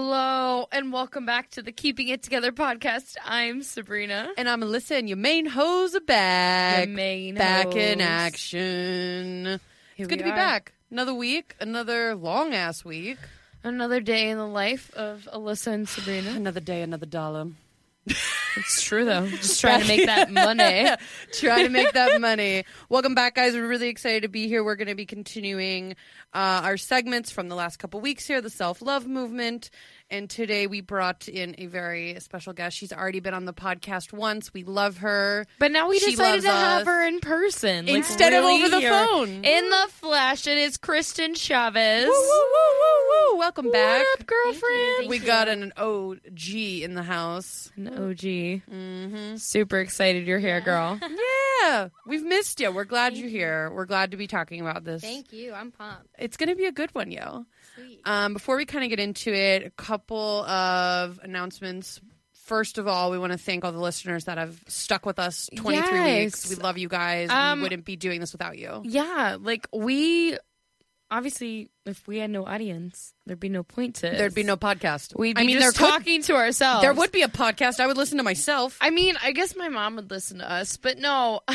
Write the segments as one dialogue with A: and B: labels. A: Hello and welcome back to the Keeping It Together podcast. I'm Sabrina.
B: And I'm Alyssa, and your main hoes are back.
A: Your main
B: back in
A: hoes.
B: action.
A: Here
B: it's
A: we
B: good to be
A: are.
B: back. Another week, another long ass week,
A: Another day in the life of Alyssa and Sabrina.
B: another day, another dollar.
A: It's true though. Just trying to make that money.
B: Try to make that money. Welcome back, guys. We're really excited to be here. We're going to be continuing uh, our segments from the last couple weeks here, the self love movement. And today we brought in a very special guest. She's already been on the podcast once. We love her.
A: But now we
B: She
A: decided
B: loves
A: to have
B: us.
A: her in person like,
B: Instead of
A: really
B: over the
A: here.
B: phone.
A: In the flash, it is Kristen Chavez.
B: Woo, woo, woo, woo, woo. Welcome back.
A: What up, girlfriend?
B: we got an OG in the house.
A: An OG. Super excited you're here, girl.
B: Mm-hmm. Yeah, we've missed you. We're glad you're here. We're glad to be talking about this.
C: Thank you. I'm pumped.
B: It's going to be a good one, yo.
C: Sweet.
B: Um, before we kind of get into it, a couple of announcements. First of all, we want to thank all the listeners that have stuck with us 23
A: Yes.
B: weeks. We love you guys.
A: Um,
B: we wouldn't be doing this without you.
A: Yeah, like we obviously, if we had no audience, there'd be no point to.
B: There'd be no podcast.
A: We'd be
B: I mean,
A: just
B: there could-
A: talking to ourselves.
B: there would be a podcast. I would listen to myself.
A: I mean, I guess my mom would listen to us, but no.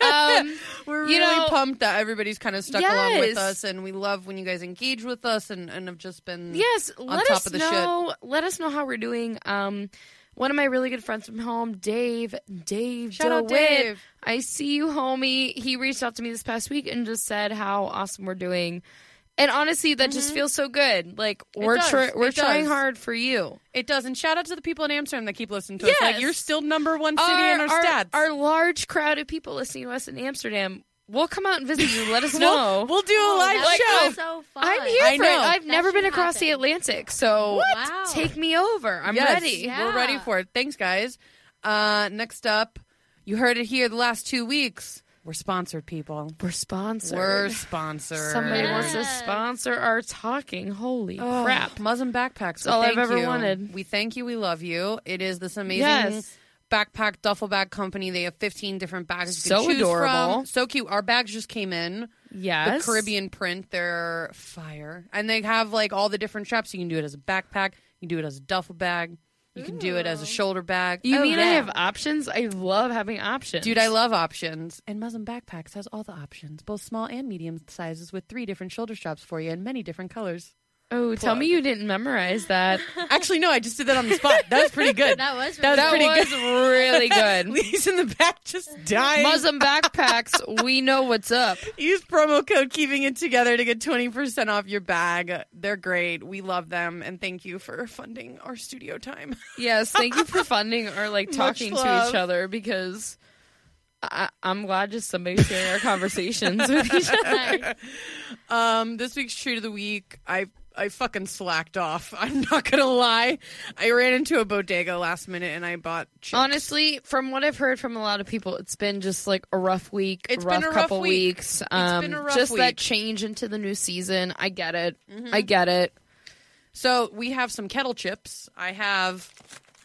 A: um,
B: We're
A: You
B: really
A: know-
B: pumped that everybody's kind of stuck along
A: Yes.
B: with us, and we love when you guys engage with us and, and have just been
A: yes,
B: on
A: let
B: top
A: us
B: of the
A: know. Let us know how we're doing. Um, one of my really good friends from home, Dave. Dave,
B: Shout out,
A: DeWitt.
B: Dave.
A: I see you, homie. He reached out to me this past week and just said how awesome we're doing. And honestly, that just feels so good. Like we're
B: does.
A: try-
B: Mm-hmm. It
A: we're trying
B: does.
A: hard for you.
B: It does. And shout out to the people in Amsterdam that keep listening to us.
A: Yes.
B: Like you're still number one city in our, stats.
A: our large crowd of people listening to us in Amsterdam, we'll come out and visit you. Let us
B: we'll,
A: know.
B: we'll do a
C: Oh,
B: live
C: that
B: show.
C: sounds so fun.
A: I'm here
B: I
A: for it.
B: know.
A: I've
C: That
A: never been
C: should
A: across the
C: happen.
A: Atlantic, so
C: What? Wow.
A: take me over. I'm
B: Yes,
A: ready.
B: We're
C: Yeah.
B: ready for it. Thanks, guys. Uh, next up, you heard it here the last two weeks. We're sponsored, people.
A: We're sponsored.
B: We're sponsored.
A: Somebody wants to
C: Yes.
A: sponsor our talking. Holy
B: Oh,
A: crap.
B: Muslim backpacks.
A: all
B: we
A: I've
B: thank
A: ever
B: you.
A: wanted.
B: We thank you. We love you. It is this amazing
A: Yes.
B: backpack duffel bag company. They have 15 different bags. You
A: So
B: can choose
A: adorable.
B: From. So cute. Our bags just came in.
A: Yes.
B: The Caribbean print. They're fire. And they have like all the different straps. You can do it as a backpack. You can do it as a duffel bag. You can do it as a shoulder bag.
A: You
B: Oh,
A: mean I
B: yeah.
A: have options? I love having options.
B: Dude, I love options. And Muslim Backpacks has all the options, both small and medium sizes, with three different shoulder straps for you in many different colors.
A: Oh, tell me you didn't memorize that.
B: Actually, no, I just did that on the spot. That was pretty good.
C: That was
B: That was
C: really
B: pretty
C: good.
A: was really good.
B: Lee's in the back just dying.
A: Muslim backpacks, we know what's up.
B: Use promo code Keeping It Together to get 20% off your bag. They're great. We love them. And thank you for funding our studio time.
A: Yes, thank you for funding or like talking to each
B: love.
A: other because I- I'm glad just somebody's sharing our conversations with each other.
C: Nice.
B: Um, this week's treat of the week, I I fucking slacked off. I'm not gonna lie. I ran into a bodega last minute and I bought chips.
A: Honestly, from what I've heard from a lot of people, it's been just like a rough week.
B: It's
A: rough
B: been a rough
A: couple
B: week.
A: weeks. um,
B: It's been a rough
A: just that
B: week. Mm-hmm.
A: change into the new season. I get it. I get it.
B: So we have some kettle chips. I have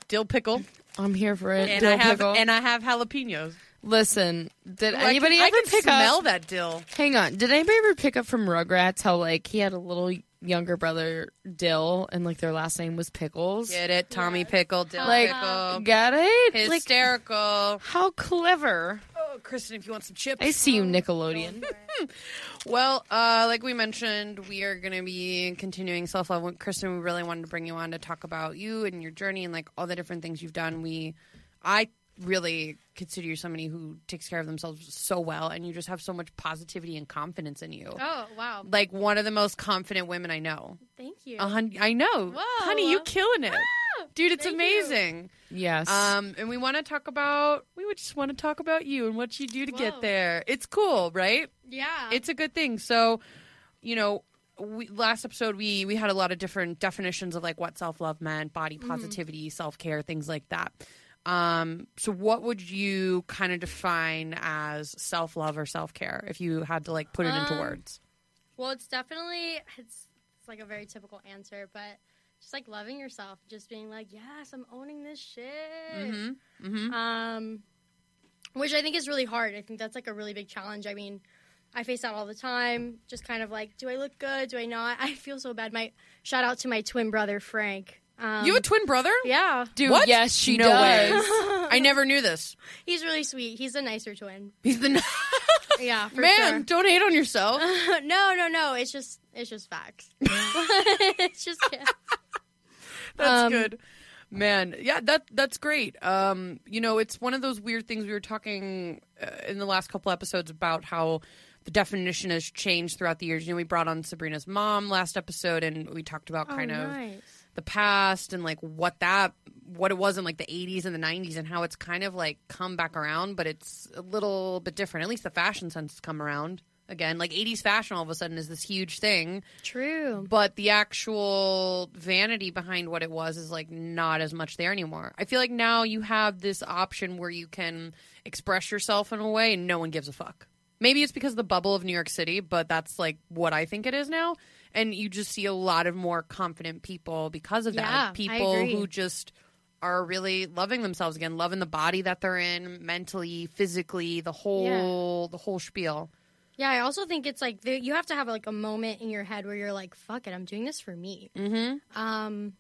B: dill pickle
A: I'm here for it.
B: and
A: Dill
B: I have
A: pickle.
B: and I have jalapenos.
A: Listen, did
B: Ooh,
A: anybody
B: I
A: ever
B: can, I can
A: pick
B: smell
A: up?
B: that dill.
A: Hang on, did anybody ever pick up from Rugrats how like he had a little younger brother Dill and like their last name was Pickles?
B: Get it, Tommy pickle, dill
A: like
B: pickle.
A: got it like
B: Hysterical.
A: how clever
B: oh, Kristen, if you want some chips.
A: i see you nickelodeon
B: Well, uh, like we mentioned, we are going to be continuing self love. Kristen, we really wanted to bring you on to talk about you and your journey and like all the different things you've done. We, I really consider you somebody who takes care of themselves so well, and you just have so much positivity and confidence in you.
C: Oh wow!
B: Like one of the most confident women I know.
C: Thank you.
B: A hun- I know,
C: Whoa.
B: honey, you killing it, dude. It's
C: Thank you.
B: amazing.
A: yes
B: Um, and we want to talk about. We would just want to talk about you and what you do to
C: Whoa.
B: get there. It's cool, right?
C: yeah.
B: it's a good thing. So, you know, we, last episode we we had a lot of different definitions of like what self love meant, body
C: Mm-hmm.
B: positivity, self care, things like that. Um, so what would you kind of define as self love or self care if you had to like put it into
C: Um,
B: words?
C: well, it's definitely it's it's like a very typical answer, but just like loving yourself, just being like, yes, I'm owning this shit.
B: Mm-hmm.
C: Um, which I think is really hard. I think that's like a really big challenge. I mean, I face out all the time. Just kind of like, do I look good? Do I not? I feel so bad. My shout out to my twin brother Frank. Um,
B: you have a twin brother?
C: yeah,
A: Dude,
B: What?
A: yes, she
B: No way.
A: does.
B: I never knew this.
C: he's really sweet. He's a nicer twin.
B: He's the
C: Yeah, for
B: man.
C: sure.
B: Don't hate on yourself.
C: no, no, no. It's just it's just facts. it's just
B: That's
C: Um,
B: good. Man, yeah, that that's great. Um, you know, it's one of those weird things we were talking uh, in the last couple episodes about how the definition has changed throughout the years. You know, we brought on Sabrina's mom last episode, and we talked about
C: Oh,
B: kind of the past and like what that what it was in like the 80s and the 90s and how it's kind of like come back around but it's a little bit different at least the fashion sense has come around again like 80s fashion all of a sudden is this huge thing
C: True.
B: but the actual vanity behind what it was is like not as much there anymore i feel like now you have this option where you can express yourself in a way and no one gives a fuck maybe it's because of the bubble of new york city but that's like what i think it is now and you just see a lot of more confident people because of that
C: Yeah,
B: Like,
C: I
B: people
C: agree.
B: who just are really loving themselves again loving the body that they're in mentally physically the whole the whole spiel
C: Yeah, I also think it's like the, you have to have like a moment in your head where you're like, "Fuck it, I'm doing this for me."
B: mm-hmm
C: Um,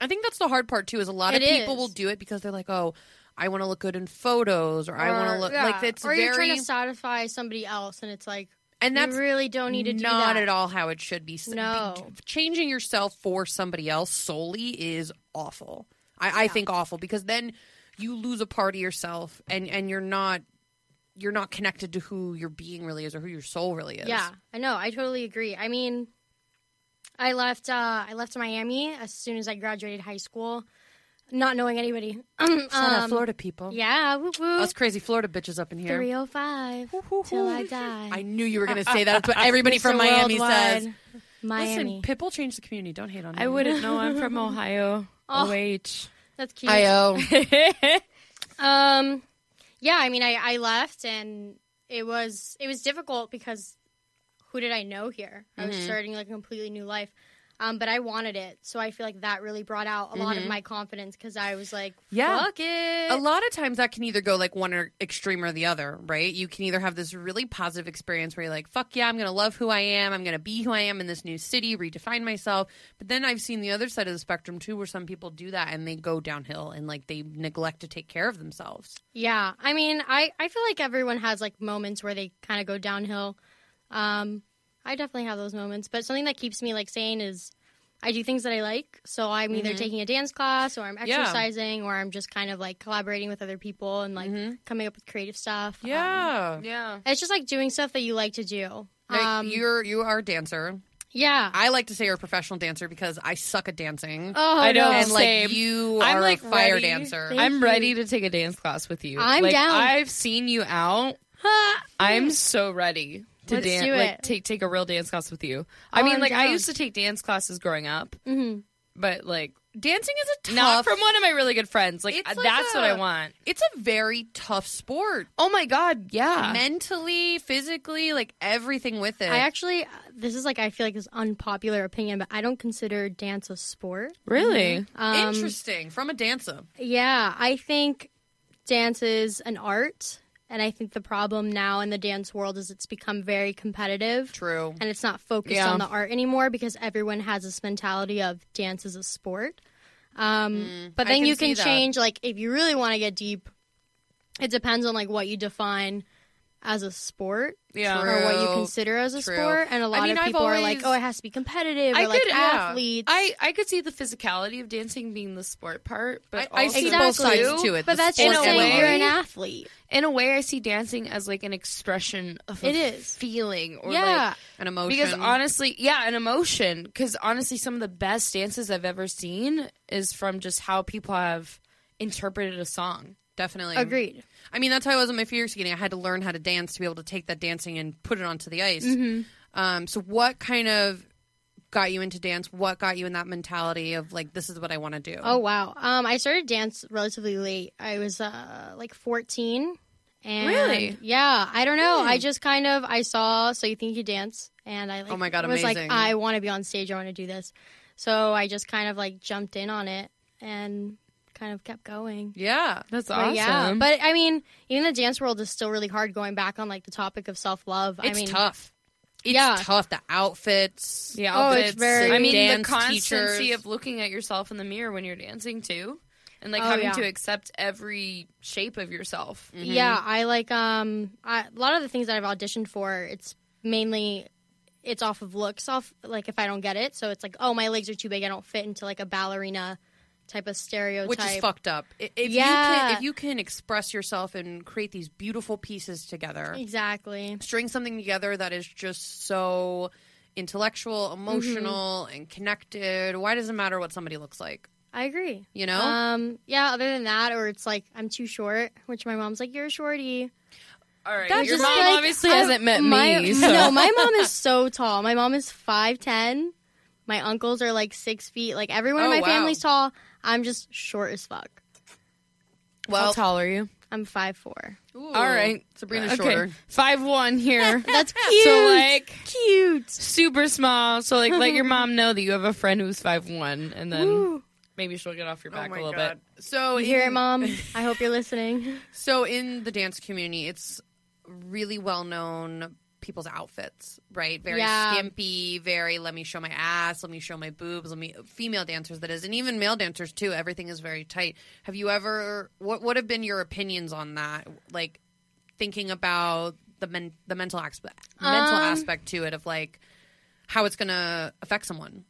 B: I think that's the hard part too. Is a lot of
C: It
B: people
C: is.
B: will do it because they're like, oh, I want to look good in photos, or, I
C: or-
B: want to look
C: yeah.
B: like it's
C: or
B: very
C: you're trying to satisfy somebody else, and it's like
B: and that's
C: you really don't need to do
B: not
C: that.
B: at all how it should be. S-
C: No.
B: changing yourself for somebody else solely is awful. I, I think awful because then you lose a part of yourself, and and you're not you're not connected to who your being really is or who your soul really is.
C: Yeah, I know. I totally agree. I mean, I left. Uh, I left Miami as soon as I graduated high school, not knowing anybody. Um,
B: Shout out Florida people.
C: Yeah, woo woo.
B: Us crazy Florida bitches up in here.
C: Three oh five till I die.
B: I knew you were going to say that. That's what everybody from
C: Mr.
B: Miami
C: Worldwide.
B: says.
C: Miami.
B: Listen, Pip will change the community. Don't hate on him.
A: I wouldn't know. I'm from Ohio.
C: Oh.
A: OH.
C: That's cute.
B: I uh, owe.
C: um, yeah, I mean, I, I left, and it was it was difficult because who did I know here? I
B: Mm-hmm.
C: was starting like a completely new life. Um, but I wanted it, so I feel like that really brought out a lot of my confidence because I was like,
B: Mm-hmm. Yeah.
C: "Fuck it."
B: A lot of times that can either go like one or extreme or the other, right? You can either have this really positive experience where you're like, fuck yeah, I'm going to love who I am. I'm going to be who I am in this new city, redefine myself. But then I've seen the other side of the spectrum too, where some people do that and they go downhill and like they neglect to take care of themselves.
C: Yeah, I mean, I I feel like everyone has like moments where they kind of go downhill. Um, I definitely have those moments, but something that keeps me like sane is I do things that I like. So I'm either taking a dance class, or I'm
B: Yeah.
C: exercising, or I'm just kind of like collaborating with other people and like coming up with creative stuff. Um,
A: yeah.
C: it's just like doing stuff that you like to do.
B: Now,
C: Um,
B: you're you are a dancer.
C: yeah.
B: I like to say you're a professional dancer because I suck at dancing.
C: oh,
A: I know.
C: no.
B: and like
A: same.
B: you
A: I'm,
B: are
A: like,
B: a fire
A: ready.
B: dancer.
C: Thank
A: I'm
C: you.
A: ready to take a dance class with you.
C: I'm
A: Like,
C: down.
A: I've seen you out.
C: Ha!
A: I'm so ready to
C: Let's
A: dance.
C: do
A: Like
C: it.
A: take take a real dance class with you. I
C: Oh,
A: mean,
C: I'm
A: like I
C: down.
A: used to take dance classes growing up,
C: Mhm.
A: but like
B: dancing is a Mm-hmm.
A: not
B: tough
A: from one of my really good friends. Like,
B: It's
A: uh,
B: like
A: that's what I
B: a-
A: want.
B: it's a very tough sport.
A: Oh my god, yeah.
B: mentally, physically, like everything with it.
C: I actually, this is like I feel like this unpopular opinion, but I don't consider dance a sport.
A: really?
C: Um,
B: Interesting. From a dancer.
C: Yeah, I think dance is an art. And I think the problem now in the dance world is it's become very competitive.
B: True.
C: And it's not focused
A: Yeah.
C: on the art anymore because everyone has this mentality of dance is a sport. Um, but
B: Mm, I
C: then
B: can
C: you
B: see
C: can
B: that.
C: change, like, if you really want to get deep, it depends on, like, what you define as a sport
A: Yeah.
B: True.
C: or what you consider as a
B: True.
C: sport. And a lot
B: mean,
C: of
B: I've
C: people are
B: always-
C: like, oh, it has to be competitive
A: I
C: or, like,
A: could- yeah.
C: athletes.
A: I I could see the physicality of dancing being the sport part, but
B: I- I see
A: also-
B: both sides to it.
C: But
B: the
C: that's
A: sport
C: just
A: and
C: saying
A: the
C: you're
A: art.
C: an athlete.
A: in a way I see dancing as like an expression of a
C: It is.
A: feeling or
C: yeah.
B: An emotion.
A: like because honestly, yeah, an emotion. Because honestly, some of the best dances I've ever seen is from just how people have interpreted a song.
B: definitely.
C: Agreed.
B: I mean, that's how I was in my figure skating. I had to learn how to dance to be able to take that dancing and put it onto the ice.
C: Mm-hmm.
B: Um, so, what kind of got you into dance? What got you in that mentality of like, this is what I want to do?
C: Oh wow. Um, I started dance relatively late. I was uh like fourteen. And
A: Really?
C: Yeah. I don't know. I just kind of I saw so you think you dance, and I like
B: Hmm. Oh my God,
C: was
B: amazing.
C: like I want to be on stage. I want to do this. So I just kind of like jumped in on it and kind of kept going.
B: Yeah.
A: That's
C: But
A: awesome.
C: yeah, but I mean, even the dance world is still really hard. Going back on like the topic of self love, I
B: It's
C: mean,
B: tough. It's
C: Yeah.
B: tough. The outfits.
A: Yeah,
C: Oh, it's
A: outfits.
C: very-
A: I mean,
B: dance
A: the constancy
B: teachers.
A: of looking at yourself in the mirror when you're dancing too, and like
C: Oh,
A: having
C: yeah.
A: to accept every shape of yourself.
C: Yeah, I like um I, a lot of the things that I've auditioned for. It's mainly it's off of looks, off like if I don't get it. So it's like, oh, my legs are too big. I don't fit into like a ballerina type of stereotype.
B: Which is fucked up. I- If you
C: Yeah.
B: can, if you can express yourself and create these beautiful pieces together,
C: Exactly.
B: string something together that is just so intellectual, emotional, and connected. Why does it matter what somebody looks like?
C: I agree.
B: You know?
C: Um. Yeah. Other than that, or it's like I'm too short, which my mom's like, you're a shorty.
A: All right,
B: That's
A: your
B: just
A: mom
C: like,
A: obviously
C: I-
A: hasn't met
C: my,
A: me. So.
C: No, my mom is so tall. My mom is five ten. My uncles are like six feet. Like everyone
B: Oh,
C: in my
B: wow.
C: family's tall. I'm just short as fuck.
A: How
B: Well,
A: tall are you?
C: I'm five four.
A: All right,
B: Sabrina's
A: okay,
B: shorter.
A: five one here.
C: That's cute.
A: So like
C: cute.
A: super small. So like let your mom know that you have a friend who's five one, and then
C: Ooh.
A: maybe she'll get off your
B: Oh
A: back a
B: my
A: little
B: god.
A: bit.
B: So
C: You hear it,
B: in-
C: mom? I hope you're listening.
B: So in the dance community, it's really well known people's outfits, right? Very
C: Yeah.
B: skimpy, very let me show my ass, let me show my boobs, let me female dancers that is, and even male dancers too. Everything is very tight. Have you ever what what have been your opinions on that? Like thinking about the men, the mental aspect mental
C: Um,
B: aspect to it of like how it's going to affect someone.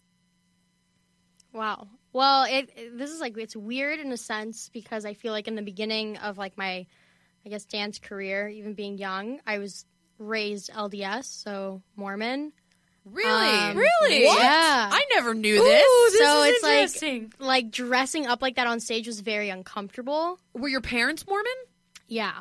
C: Wow. Well, it, it- this is like it's weird in a sense because I feel like in the beginning of like my, I guess dance career, even being young, I was raised LDS, so Mormon.
B: Really?
A: Really?
B: Um, What?
C: Yeah.
B: I never knew this.
C: so it's like like dressing up like that on stage was very uncomfortable.
B: Were your parents Mormon?
C: Yeah.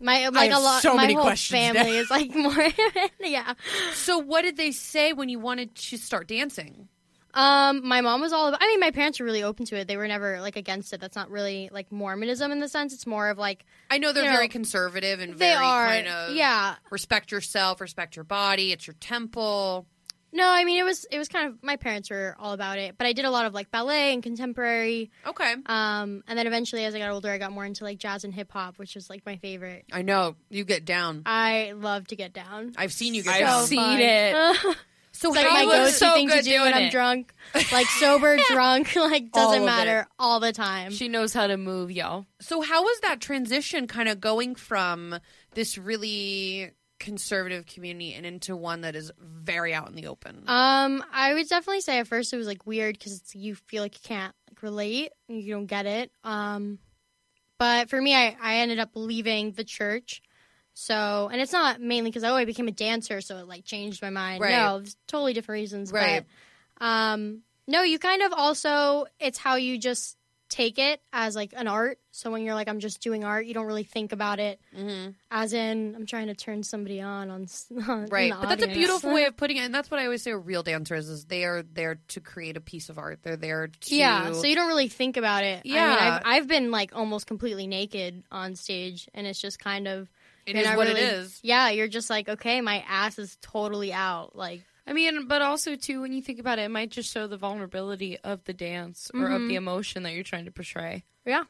C: My like
B: have
C: a lot.
B: so
C: my
B: many
C: whole
B: questions now.
C: family is like Mormon. yeah.
B: So what did they say when you wanted to start dancing?
C: Um, my mom was all about. I mean, my parents were really open to it. They were never like against it. That's not really like Mormonism in the sense. It's more of like
B: I know they're
C: You know,
B: very conservative and
C: they
B: very
C: are.
B: kind of
C: yeah.
B: respect yourself, respect your body, it's your temple.
C: No, I mean it was it was kind of my parents were all about it, but I did a lot of like ballet and contemporary.
B: Okay.
C: Um, and then eventually as I got older, I got more into like jazz and hip hop, which was like my favorite.
B: I know you get down.
C: I love to get down.
B: I've seen you get
A: I've
B: down.
C: So
A: seen
C: fun.
A: it.
B: so
C: It's like
A: How
C: my
A: you look
C: go-to
A: so
C: thing to
A: good
C: do when
A: doing
C: I'm
A: it.
C: drunk, like sober, drunk, like
B: All
C: doesn't
B: of
C: matter
B: it.
C: all the time.
A: She knows how to move, y'all.
B: So how was that transition kind of going from this really conservative community and into one that is very out in the open?
C: um, I would definitely say at first it was like weird because you feel like you can't like relate, you don't get it. Um, but for me, I I ended up leaving the church. So, and it's not mainly because oh, I became a dancer, so it like changed my mind.
B: Right.
C: No, it's totally different reasons.
B: Right.
C: But, um, no, you kind of also it's how you just take it as like an art. So when you're like, I'm just doing art, you don't really think about it
B: mm-hmm.
C: as in I'm trying to turn somebody on on, s- on
B: Right.
C: in the
B: But that's a
C: audience.
B: beautiful way of putting it. And that's what I always say are real dancers is they are there to create a piece of art. They're there to
C: Yeah, so you don't really think about it. I mean,
B: Yeah.
C: I've, I've been like almost completely naked on stage, and it's just kind of
B: it
C: you're
B: is
C: not
B: what
C: really-
B: it is.
C: Yeah, you're just like, okay, my ass is totally out. Like,
A: I mean, but also too, when you think about it, it might just show the vulnerability of the dance or of
C: Mhm.
A: the emotion that you're trying to portray.
C: yeah,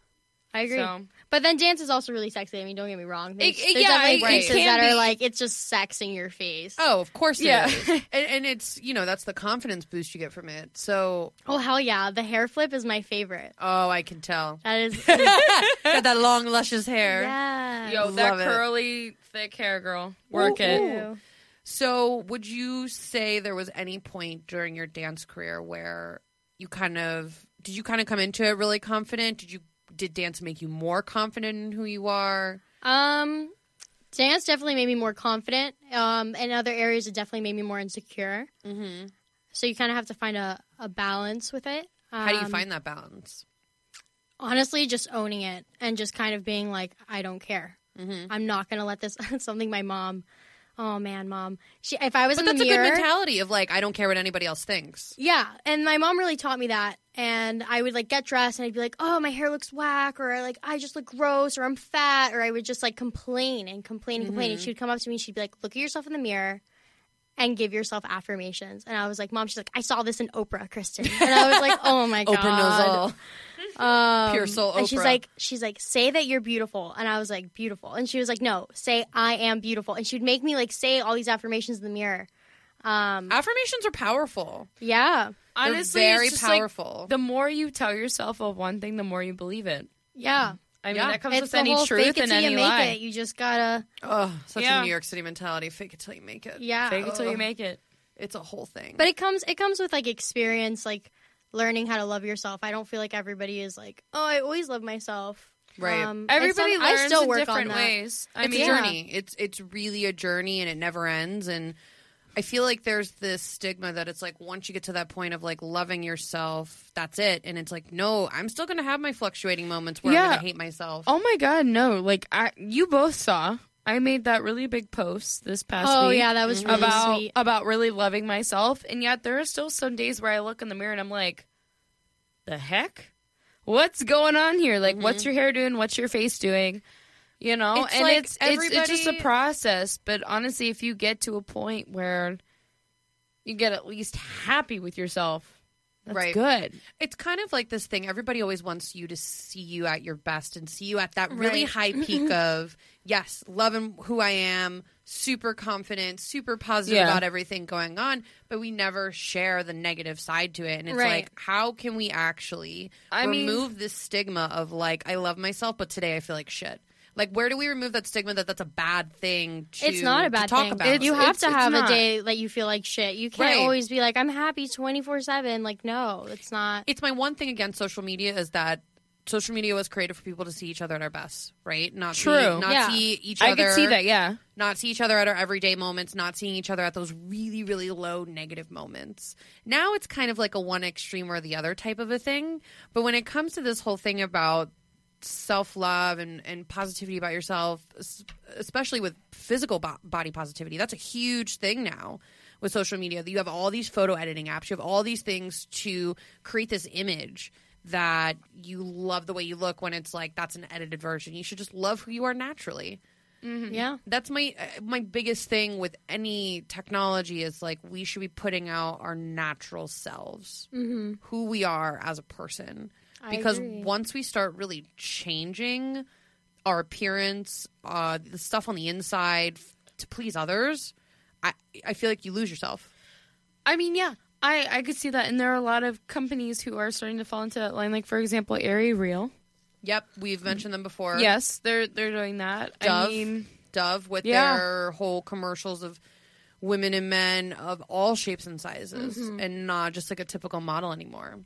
C: I agree.
A: So,
C: But then dance is also really sexy. I mean, don't get me wrong. There's,
A: It- it-
C: there's
A: yeah,
C: definitely
B: it- it
C: pieces
A: can
C: that are
A: be.
C: like it's just sex in your face.
B: Oh, of course, it
A: Yeah.
B: is. and, and it's you know that's the confidence boost you get from it. So
C: oh hell yeah, the hair flip is my favorite.
B: oh, I can tell
C: That is
B: got that long luscious hair.
C: yeah.
A: yo,
B: love
A: that
B: it.
A: curly, thick hair girl, work
B: Ooh,
A: it.
B: ooh. So would you say there was any point during your dance career where you kind of did you kind of come into it really confident? Did you did dance make you more confident in who you are?
C: Um, dance definitely made me more confident. Um, in other areas, it definitely made me more insecure.
B: Mm-hmm.
C: So you kind of have to find a, a balance with it. Um,
B: How do you find that balance?
C: Honestly, just owning it and just kind of being like, I don't care.
B: Mm-hmm.
C: I'm not gonna let this. something my mom. Oh man, mom. She. If I was
B: But
C: in
B: that's
C: the
B: a good
C: mirror,
B: mentality of like I don't care what anybody else thinks.
C: Yeah, and my mom really taught me that. And I would like get dressed, and I'd be like, "Oh, my hair looks whack," or like, "I just look gross," or "I'm fat," or I would just like complain and complain and
B: Mm-hmm.
C: complain. And she would come up to me, and she'd be like, "Look at yourself in the mirror." And give yourself affirmations. And I was like, Mom, she's like, I saw this in Oprah, Kristen. And I was like, Oh my God.
B: Oprah knows all.
C: Um,
B: Pure soul
C: And she's
B: Oprah.
C: like, she's like, say that you're beautiful, and I was like, beautiful, and she was like, no, say I am beautiful, and she'd make me like say all these affirmations in the mirror. Um,
B: Affirmations are powerful.
C: yeah,
B: They're
A: Honestly, it's
B: very
A: just, like,
B: powerful.
A: the more you tell yourself of one thing, the more you believe it.
C: yeah.
A: I mean,
B: Yeah.
A: that comes
C: it's
A: with
C: the
A: any
C: whole
A: truth
C: fake it
A: and
C: till
A: any
C: you make
A: lie.
C: it. You just gotta,
B: Oh, such
A: Yeah.
B: a New York City mentality. Fake it till you make it.
C: yeah. Oh.
A: Fake it till you
B: Ugh.
A: make it.
B: It's a whole thing.
C: But it comes, it comes with like experience, like learning how to love yourself. I don't feel like everybody is like, oh, I always love myself. Um,
B: Right.
C: and
A: Everybody
C: some-
A: learns
C: I still
A: in
C: work
A: different
C: on that.
A: ways. I
B: it's
A: mean,
B: a
C: yeah.
B: journey. It's it's really a journey and it never ends and I feel like there's this stigma that it's like once you get to that point of like loving yourself, that's it. And it's like, no, I'm still gonna have my fluctuating moments where I'm
A: Yeah.
B: gonna hate myself.
A: Oh my god, no! Like I, you both saw. I made that really big post this past
C: Oh
A: week.
C: yeah, that was really
A: about
C: sweet.
A: about really loving myself, and yet there are still some days where I look in the mirror and I'm like, the heck, what's going on here? Like, what's
C: Mm-hmm.
A: your hair doing? What's your face doing? You know,
B: It's
A: and
B: like
A: it's, it's it's just
B: everybody-
A: a process. But honestly, if you get to a point where you get at least happy with yourself, that's
B: Right.
A: good.
B: It's kind of like this thing. Everybody always wants you to see you at your best and see you at that really
C: Right.
B: high peak of, yes, loving who I am, super confident, super positive
A: Yeah.
B: about everything going on. But we never share the negative side to it. And it's
C: Right.
B: like, how can we actually
A: I mean-
B: remove this stigma of, like, I love myself, but today I feel like shit? Like, where do we remove that stigma that that's a bad thing to,
C: it's not a bad
B: to talk
C: thing.
B: about?
A: It's-
C: you have
A: it's-
C: to
A: it's
C: have a
A: not.
C: day that you feel like shit. You can't
B: Right.
C: always be like, I'm happy 24 7. Like, no, it's not.
B: it's my one thing against social media is that social media was created for people to see each other at our best, right? Not See,
A: True.
B: not
C: Yeah.
B: see each
A: I
B: other.
A: could see that. Yeah,
B: Not see each other at our everyday moments. Not seeing each other at those really, really low negative moments. Now it's kind of like a one extreme or the other type of a thing. But when it comes to this whole thing about self love and, and positivity about yourself, es- especially with physical bo- body positivity. That's a huge thing now with social media. that You have all these photo editing apps, you have all these things to create this image that you love the way you look when it's like that's an edited version. You should just love who you are naturally.
A: Mm-hmm.
C: Yeah.
B: That's my uh, my biggest thing with any technology is like we should be putting out our natural selves, mm-hmm. who we are as a person.
C: I
B: Because
C: agree.
B: once we start really changing our appearance, uh, the stuff on the inside f- to please others, I I feel like you lose yourself.
A: I mean, yeah, I I could see that. And there are a lot of companies who are starting to fall into that line. Like for example, Airy Real.
B: Yep, we've mentioned them before.
A: Yes, they're they're doing that.
B: Dove,
A: I mean,
B: Dove with
A: Yeah.
B: their whole commercials of women and men of all shapes and sizes, and not just like a typical model anymore.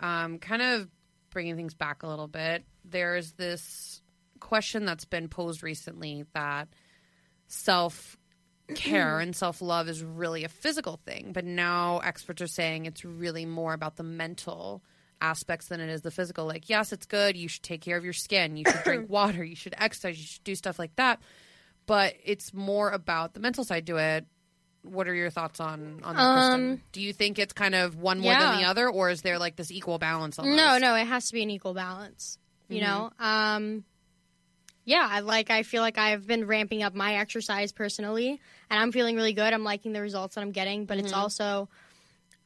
B: Um, kind of bringing things back a little bit. There's this question that's been posed recently that self
C: Mm-hmm.
B: care and self love is really a physical thing, but now experts are saying it's really more about the mental aspects than it is the physical. Like, yes, it's good. You should take care of your skin. You should drink water. You should exercise. You should do stuff like that. But it's more about the mental side to it. What are your thoughts on on that? Kristen? Do you think it's kind of one more than
C: Um, yeah.
B: the other, or is there like this equal balance? Mm-hmm. Almost?
C: No, no, it has to be an equal balance. You know? Um, yeah, I like I feel like I've been ramping up my exercise personally and I'm feeling really good. I'm liking the results that I'm getting, but
B: Mm-hmm.
C: it's also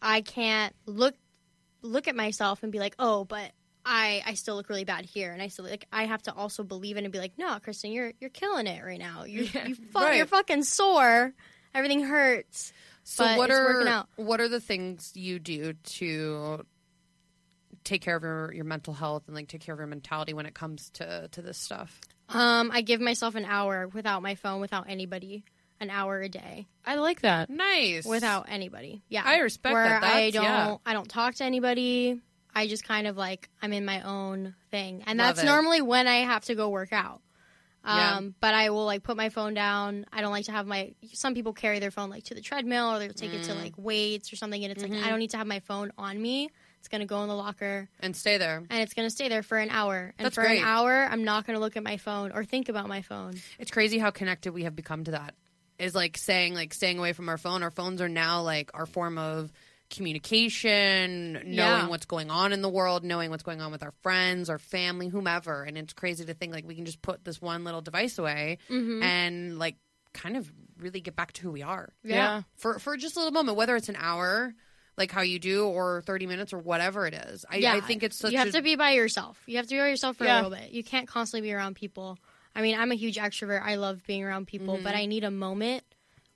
C: I can't look look at myself and be like, "Oh, but I I still look really bad here." And I still like I have to also believe in and be like, "No, Kristen, you're you're killing it right now. You you fu-
B: right.
C: you're fucking sore. Everything hurts."
B: So
C: but
B: what
C: it's
B: are
C: working out.
B: what are the things you do to take care of your, your mental health and like take care of your mentality when it comes to to this stuff?
C: Um, I give myself an hour without my phone, without anybody, an hour a day
A: I like that.
B: Nice.
C: without anybody. Yeah,
B: I respect
C: Where
B: that.
C: I
B: That's-
C: don't,
B: yeah.
C: I don't talk to anybody. I just kind of like I'm in my own thing, and
B: Love
C: that's
B: it.
C: normally when I have to go work out. Um,
B: Yeah.
C: but I will like put my phone down. I don't like to have my. Some people carry their phone like to the treadmill, or they'll take it
B: Mm.
C: to like weights or something, and it's
B: Mm-hmm.
C: like I don't need to have my phone on me. It's gonna go in the locker
B: and stay there.
C: and it's gonna stay there for an hour. And
B: That's
C: for
B: great.
C: an hour, I'm not gonna look at my phone or think about my phone.
B: It's crazy how connected we have become to that. Is like saying like staying away from our phone. Our phones are now like our form of communication, knowing
C: Yeah.
B: what's going on in the world, knowing what's going on with our friends, our family, whomever. And it's crazy to think like we can just put this one little device away
C: Mm-hmm.
B: and like kind of really get back to who we are.
A: Yeah.
B: for for just a little moment, whether it's an hour like how you do or 30 minutes or whatever it is. I, I think it's such
C: you have
B: a,
C: to be by yourself. You have to be by yourself for
A: Yeah.
C: a little bit. You can't constantly be around people. I mean, I'm a huge extrovert. I love being around people, but I need a moment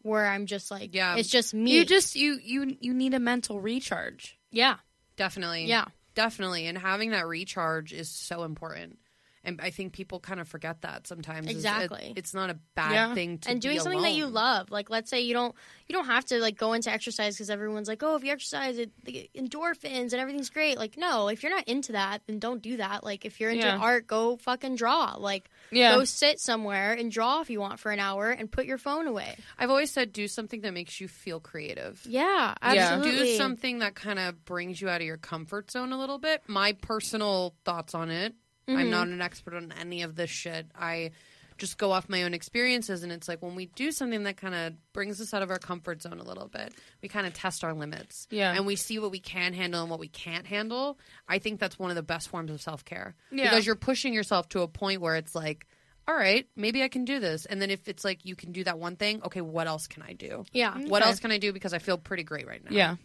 C: where I'm just like,
B: Mm-hmm. Yeah.
C: it's just me.
A: You just you you you need a mental recharge.
C: yeah,
B: definitely.
C: yeah,
B: Definitely. And having that recharge is so important. And I think people kind of forget that sometimes. is it-
C: Exactly.
B: it's not a bad
A: Yeah.
B: thing to
C: and doing
B: be
C: something that you
B: alone.
C: love. Like, let's say you don't you don't have to like go into exercise because everyone's like, oh, if you exercise, it they get endorphins and everything's great. Like, no, if you're not into that, then don't do that. Like, if you're into
A: Yeah.
C: art, go fucking draw. Like,
A: Yeah.
C: go sit somewhere and draw if you want for an hour and put your phone away.
B: I've always said do something that makes you feel creative.
C: Yeah,
A: Yeah.
C: absolutely.
B: Do something that kind of brings you out of your comfort zone a little bit. My personal thoughts on it. I'm not an expert on any of this shit. I just go off my own experiences, and it's like when we do something that kind of brings us out of our comfort zone a little bit, we kind of test our limits.
A: Yeah.
B: And we see what we can handle and what we can't handle. I think that's one of the best forms of self care.
A: Yeah.
B: Because you're pushing yourself to a point where it's like, all right, maybe I can do this. And then if it's like you can do that one thing, okay, what else can I do?
C: Yeah.
B: What
A: Okay.
B: else can I do? Because I feel pretty great right now.
A: Yeah.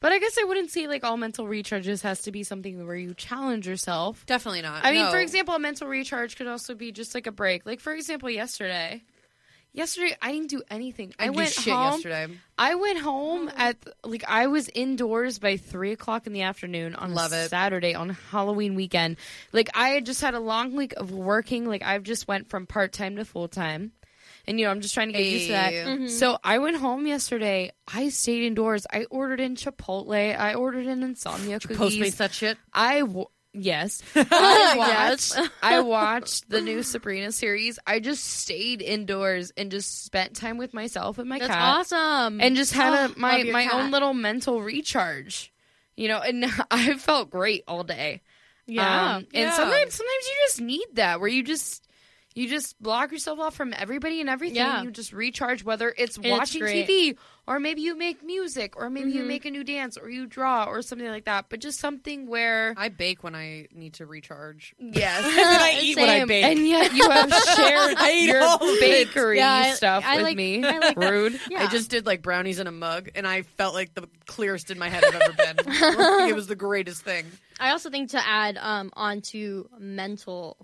A: But I guess I wouldn't say like all mental recharges has to be something where you challenge yourself.
B: Definitely not.
A: I mean,
B: No.
A: for example, a mental recharge could also be just like a break. Like for example, yesterday. Yesterday I didn't do anything. I,
B: I,
A: went
B: went shit
A: home.
B: yesterday.
A: I went home at like I was indoors by three o'clock in the afternoon on
B: Love
A: a
B: it.
A: Saturday on Halloween weekend. Like I had just had a long week of working. Like I've just went from part time to full time, and you know I'm just trying to get used to that.
B: Hey.
A: So I went home yesterday. I stayed indoors. I ordered in Chipotle. I ordered in insomnia cookies.
B: that shit.
A: I w- yes, I watched. I watched the new Sabrina series. I just stayed indoors and just spent time with myself and my
C: That's
A: cat
C: awesome.
A: and just had
C: Oh,
A: a, my
C: love your
A: my own
C: cat.
A: little mental recharge, you know. And I felt great all day. Um,
C: yeah.
A: and
B: yeah.
A: sometimes sometimes you just need that where you just you just block yourself off from everybody and everything.
C: Yeah.
A: You just recharge, whether it's
C: It's
A: watching
C: great.
A: TV
C: Mm-hmm.
A: or maybe you make music or maybe you make a new dance or you draw or something like that. But just something where
B: I bake when I need to recharge.
A: yes.
C: I
D: eat what I bake.
A: And yet you have shared your bakery
C: Yeah, I-
A: stuff
C: I
A: with
C: like-
A: me.
C: I like that.
A: Rude.
C: Yeah.
B: I just did like brownies in a mug, and I felt like the clearest in my head I've ever been. it was the greatest thing.
C: I also think to add um, onto mental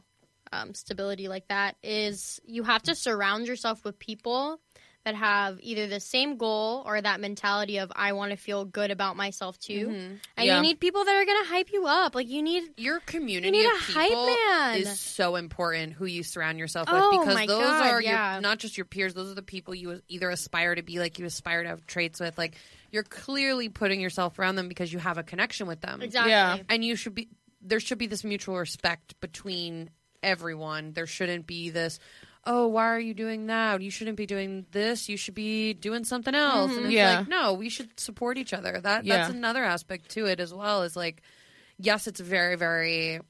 C: um, stability like that is you have to surround yourself with people that have either the same goal or that mentality of I want to feel good about myself too. And
A: Yeah.
C: you need people that are going to hype you up. Like you need
B: Your community
C: You need
B: of
C: a hype
B: people
C: man.
B: is so important. Who you surround yourself
C: Oh
B: with, because
C: my
B: those
C: God,
B: are
C: yeah.
B: your, not just your peers; those are the people you either aspire to be like, you aspire to have traits with. Like you're clearly putting yourself around them because you have a connection with them.
C: exactly.
A: Yeah.
B: and you should be there should be this mutual respect between everyone there shouldn't be this oh why are you doing that you shouldn't be doing this you should be doing something else and it's
A: Mm-hmm. Yeah.
B: like no we should support each other that
A: Yeah.
B: that's another aspect to it as well is like yes it's very very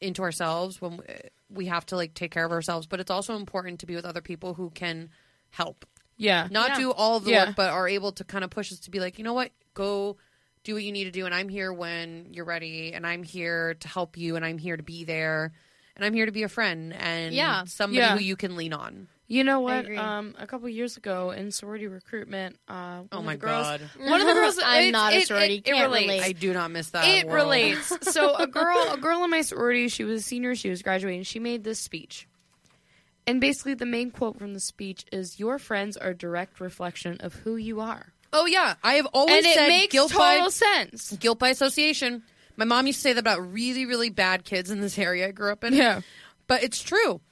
B: into ourselves when we- we have to like take care of ourselves but it's also important to be with other people who can help
A: Yeah.
B: not
C: Yeah.
B: do all of the
A: Yeah.
B: work, but are able to kind of push us to be like, you know what, go do what you need to do, and I'm here when you're ready, and I'm here to help you, and I'm here to be there, and I'm here to be a friend, and
C: Yeah.
B: somebody
A: Yeah.
B: who you can lean on.
A: You know what?
C: agree.
A: Um, a couple years ago in sorority recruitment, uh, one of
B: Oh my
A: the girls,
B: God.
A: one of the girls.
C: I'm
A: it-
C: not a
A: it- it-
C: sorority,
A: It,
C: can't
A: relates.
C: relate.
B: I do not miss that.
A: It
B: world.
A: relates. So a girl, a girl in my sorority, she was a senior, she was graduating. She made this speech, and basically the main quote from the speech is, "Your friends are a direct reflection of who you are,"
B: Oh yeah, I have always
A: and it
B: said
A: makes
B: guilt
A: total
B: by
A: sense.
B: guilt by association. My mom used to say that about really, really bad kids in this area I grew up in.
A: Yeah.
B: But it's true.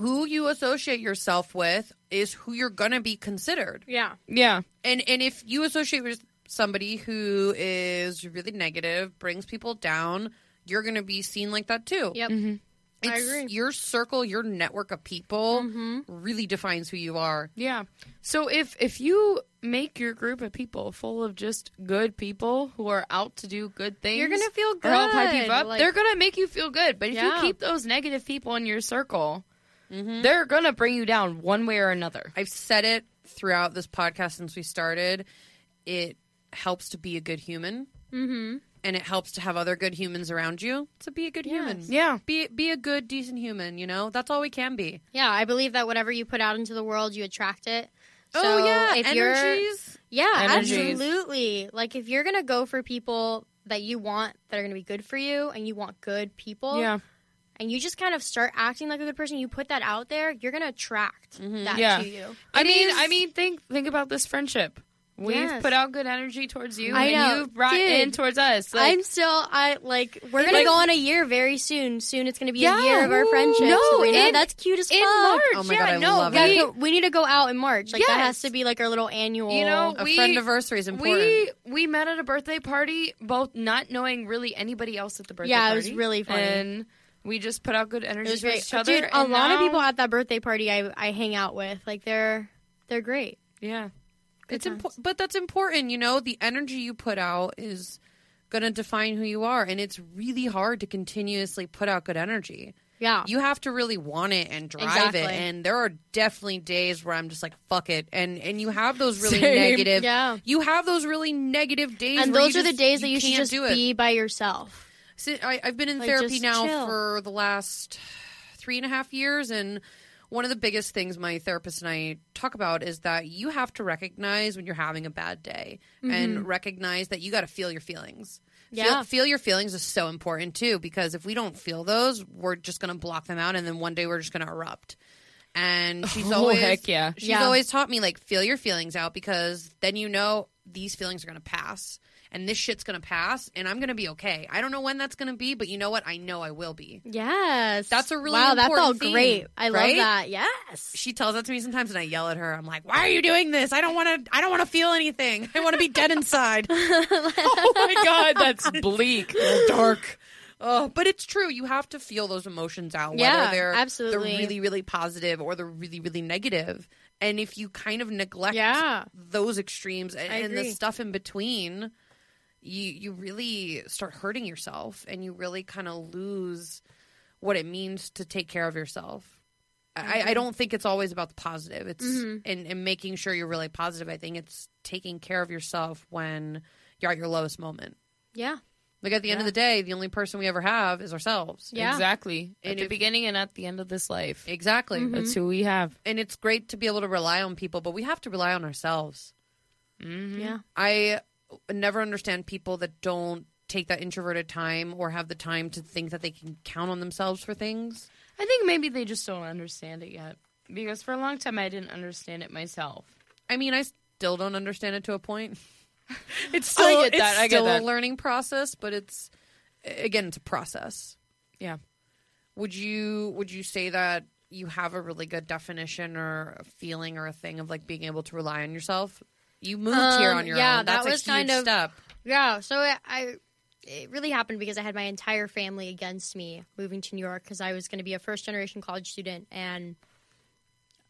B: Who you associate yourself with is who you're gonna be considered.
C: Yeah.
A: Yeah,
B: and and if you associate with somebody who is really negative, brings people down, you're going to be seen like that too.
C: Yep. I
B: It's-
C: agree. Mm-hmm.
B: Your circle, your network of people, really defines who you are.
A: yeah. So if if you make your group of people full of just good people who are out to do good things,
C: You're going to feel good.
A: or help hype you up,
C: Like,
A: they're gonna make you feel good. But if
C: Yeah. Mm-hmm.
A: you keep those negative people in your circle, they're gonna bring you down one way or another.
B: I've said it throughout this podcast since we started. It helps to be a good human, mm-hmm. and it helps to have other good humans around you. To be a good human,
A: Yeah.
B: Be be a good, decent human. You know, that's all we can be.
C: Yeah, I believe that whatever you put out into the world, you attract it. So
B: oh yeah,
C: if
B: energies.
C: you're Yeah,
A: energies.
C: absolutely. Like if you're gonna go for people that you want that are gonna be good for you and you want good people
A: Yeah.
C: and you just kind of start acting like a good person, you put that out there, you're gonna attract that
A: Mm-hmm. Yeah.
C: to you.
A: I
C: It
A: mean,
C: is-
A: I mean, think think about this friendship. We've
C: Yes.
A: put out good energy towards you,
C: I
A: and
C: know.
A: you've brought
C: Dude,
A: in towards us. Like,
C: I'm still I like we're gonna
A: Like-
C: go on a year very soon. Soon it's gonna be
A: Yeah.
C: a year of our
A: Ooh.
C: friendship.
A: No,
C: Sabrina.
A: in-
C: that's cute as
A: in
C: fuck.
A: March,
B: Oh my
A: yeah,
B: God, I
A: no,
B: love
A: we,
C: Yeah, so we need to go out in March. Like that
A: Yes.
C: has to be like our little annual.
A: You know,
B: A
A: We-
B: friend anniversary is important.
A: we we met at a birthday party, both not knowing really anybody else at the birthday
C: Yeah, it
A: party.
C: was really funny.
A: and we just put out good
C: it
A: energy
C: was
A: for
C: great.
A: each other.
C: Dude, a
A: and
C: lot of
A: now-
C: people at that birthday party I I hang out with. Like they're they're great.
A: yeah,
B: it's important, but that's important. You know, the energy you put out is going to define who you are, and it's really hard to continuously put out good energy.
C: Yeah.
B: You have to really want it and drive it,
C: Ah. Exactly.
B: and there are definitely days where I'm just like, "Fuck it," and and you have those really
A: Same.
B: negative.
C: Yeah.
B: You have those really negative days,
C: and
B: where
C: those
B: you
C: are the
B: just-
C: days that you should
B: can't
C: just
B: do it.
C: be by yourself.
B: Si- I, I've been in
C: Like,
B: therapy
C: just
B: now
C: chill.
B: for the last three and a half years, and one of the biggest things my therapist and I talk about is that you have to recognize when you're having a bad day and recognize that you got to feel your feelings. Feel-
C: Mm-hmm. Yeah.
B: Feel, your feelings is so important too because if we don't feel those, we're just going to block them out, and then one day we're just going to erupt. And she's
A: Oh,
B: always
A: heck yeah.
B: she's
C: Yeah.
B: always taught me like feel your feelings out because then you know these feelings are going to pass and this shit's going to pass and I'm going to be okay. I don't know when that's going to be, but you know what? I know I will be.
C: Yes.
B: That's a really
C: Wow, that
B: important
C: felt
B: theme,
C: great. I
B: right?
C: love that. Yes.
B: She tells that to me sometimes and I yell at her. I'm like, "Why are you doing this? I don't want to I don't want to feel anything. I want to be dead inside."
A: oh my god, that's bleak.
B: dark. Oh, but it's true. You have to feel those emotions out, whether
C: Yeah,
B: they're
C: absolutely.
B: the really, really positive or the really, really negative. And if you kind of neglect
C: Yeah.
B: those extremes and,
C: I
B: and the
C: agree.
B: stuff in between, you you really start hurting yourself, and you really kind of lose what it means to take care of yourself. I,
C: Mm-hmm.
B: I don't think it's always about the positive. It's and, and making sure you're really positive. I think it's taking care of yourself when you're at your lowest moment.
C: Yeah.
B: Like at the end of the day, the only person we ever have is ourselves.
C: Yeah.
A: Exactly. At
B: And
A: the
B: if-
A: beginning and at the end of this life,
B: Exactly.
C: Mm-hmm.
A: that's who we have.
B: And it's great to be able to rely on people, but we have to rely on ourselves.
A: Mm-hmm.
C: Yeah.
B: I never understand people that don't take that introverted time or have the time to think that they can count on themselves for things.
A: I think maybe they just don't understand it yet because for a long time I didn't understand it myself.
B: I mean, I still don't understand it to a point.
A: It's
B: I get that. It's still a learning process, but it's again, it's a process.
A: Yeah.
B: Would you would you say that you have a really good definition or a feeling or a thing of like being able to rely on yourself? You moved here
C: Um,
B: on your
C: yeah,
B: own.
C: that
B: That's
C: was
B: a huge
C: kind of-
B: step.
C: Yeah. So I, I, it really happened because I had my entire family against me moving to New York because I was going to be a first generation college student and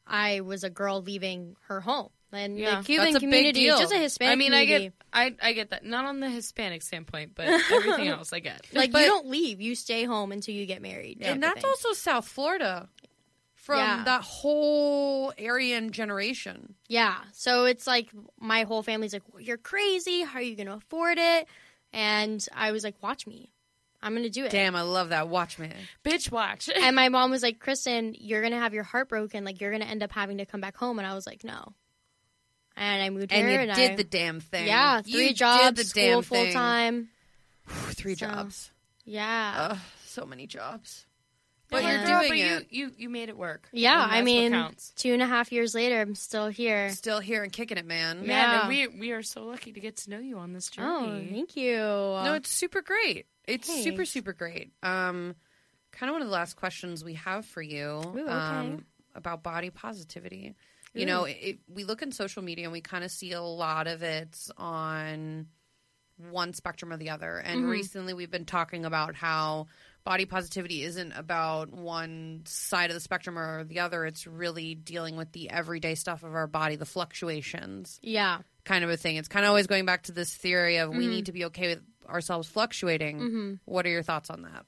C: I was a girl leaving her home. And
A: Yeah.
C: the Cuban
B: That's a big
C: community,
B: deal.
C: just a Hispanic
A: I mean,
C: community,
A: I get, I, I get that. Not on the Hispanic standpoint, but everything else I get.
C: like
B: but-
C: you don't leave, you stay home until you get married. type of
B: and that's
C: thing.
B: also South Florida from
C: Yeah.
B: that whole Aryan generation.
C: Yeah. So it's like my whole family's like, "You're crazy. How are you going to afford it?" And I was like, "Watch me. I'm going to do it."
B: Damn, I love that. Watch me.
A: Bitch, watch.
C: And my mom was like, "Kristen, you're going to have your heart broken. Like you're going to end up having to come back home." And I was like, "No." And I moved
B: And
C: here
B: you
C: and
B: did
C: I
B: the damn thing.
C: Yeah,
B: You
C: three
B: did
C: jobs,
B: the
C: school
B: damn
C: full
B: thing.
C: time.
B: Three
C: So-
B: jobs.
C: Yeah.
B: Ugh, so many jobs. But
C: Yeah.
B: you're
A: Girl,
B: doing
A: but
B: it.
A: You, you, you made it work.
C: yeah,
A: And
C: I
A: that's what
C: mean,
A: counts.
C: two and a half years later, I'm still here.
B: Still here and kicking it,
A: man,
B: man.
C: yeah.
A: and we we are so lucky to get to know you on this
C: Oh,
A: journey.
C: thank you. uh,
B: No, it's super great. It's super
C: Thanks.
B: super great. Um, kind of one of the last questions we have for you
C: okay.
B: um, about body positivity. You know, it, it- we look in social media and we kind of see a lot of it's on one spectrum or the other. And recently, we've been talking about how body positivity isn't about one side of the spectrum or the other. It's really dealing with the everyday stuff of our body, the fluctuations
C: yeah.
B: kind of a thing. It's kind of always going back to this theory of we
C: Mm-hmm.
B: need to be okay with ourselves fluctuating. What are your thoughts on that?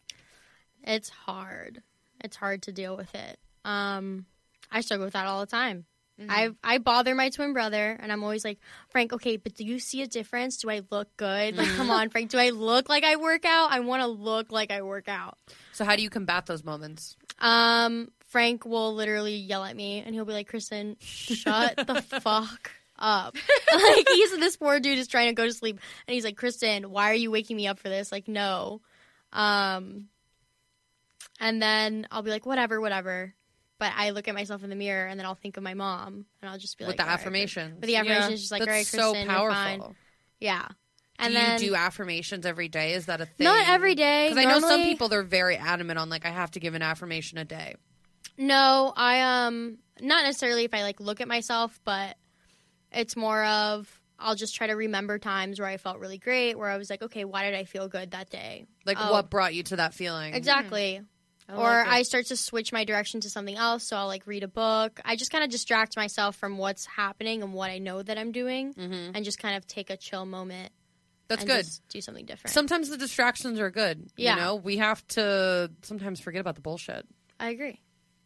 C: It's hard. It's hard to deal with it. Um, I struggle with that all the time. I I bother my twin brother, and I'm always like, Frank, okay, but do you see a difference? Do I look good? Like, come on, Frank, do I look like I work out? I want to look like I work out.
B: So how do you combat those moments?
C: Um, Frank will literally yell at me, and he'll be like, Kristen, shut the fuck up. like he's this poor dude is trying to go to sleep, and he's like, "Kristen, why are you waking me up for this?" Like, no. Um, and then I'll be like, "Whatever, whatever." But I look at myself in the mirror, and then I'll think of my mom, and I'll just be
B: with
C: like,
B: the
C: "All right,
B: affirmations.
C: Kristen." With the affirmations, just like,
B: That's
C: "All right,
B: so
C: Kristen, you're fine."
B: powerful.
C: Yeah. And
B: do
C: then
B: you do affirmations every day? Is that a thing?
C: not every day.
B: Because I know some
C: Normally-
B: people they're very adamant on like I have to give an affirmation a day.
C: No, I um not necessarily if I like look at myself, but it's more of I'll just try to remember times where I felt really great, where I was like, okay, why did I feel good that day?
B: Like
C: Oh.
B: what brought you to that feeling?
C: Exactly.
A: I
C: or
A: like it.
C: I start to switch my direction to something else, so I'll like read a book. I just kind of distract myself from what's happening and what I know that I'm doing,
B: Mm-hmm.
C: and just kind of take a chill moment.
B: That's
C: and
B: good.
C: just do something different.
B: Sometimes the distractions are good.
C: Yeah.
B: You know, we have to sometimes forget about the bullshit.
C: I agree.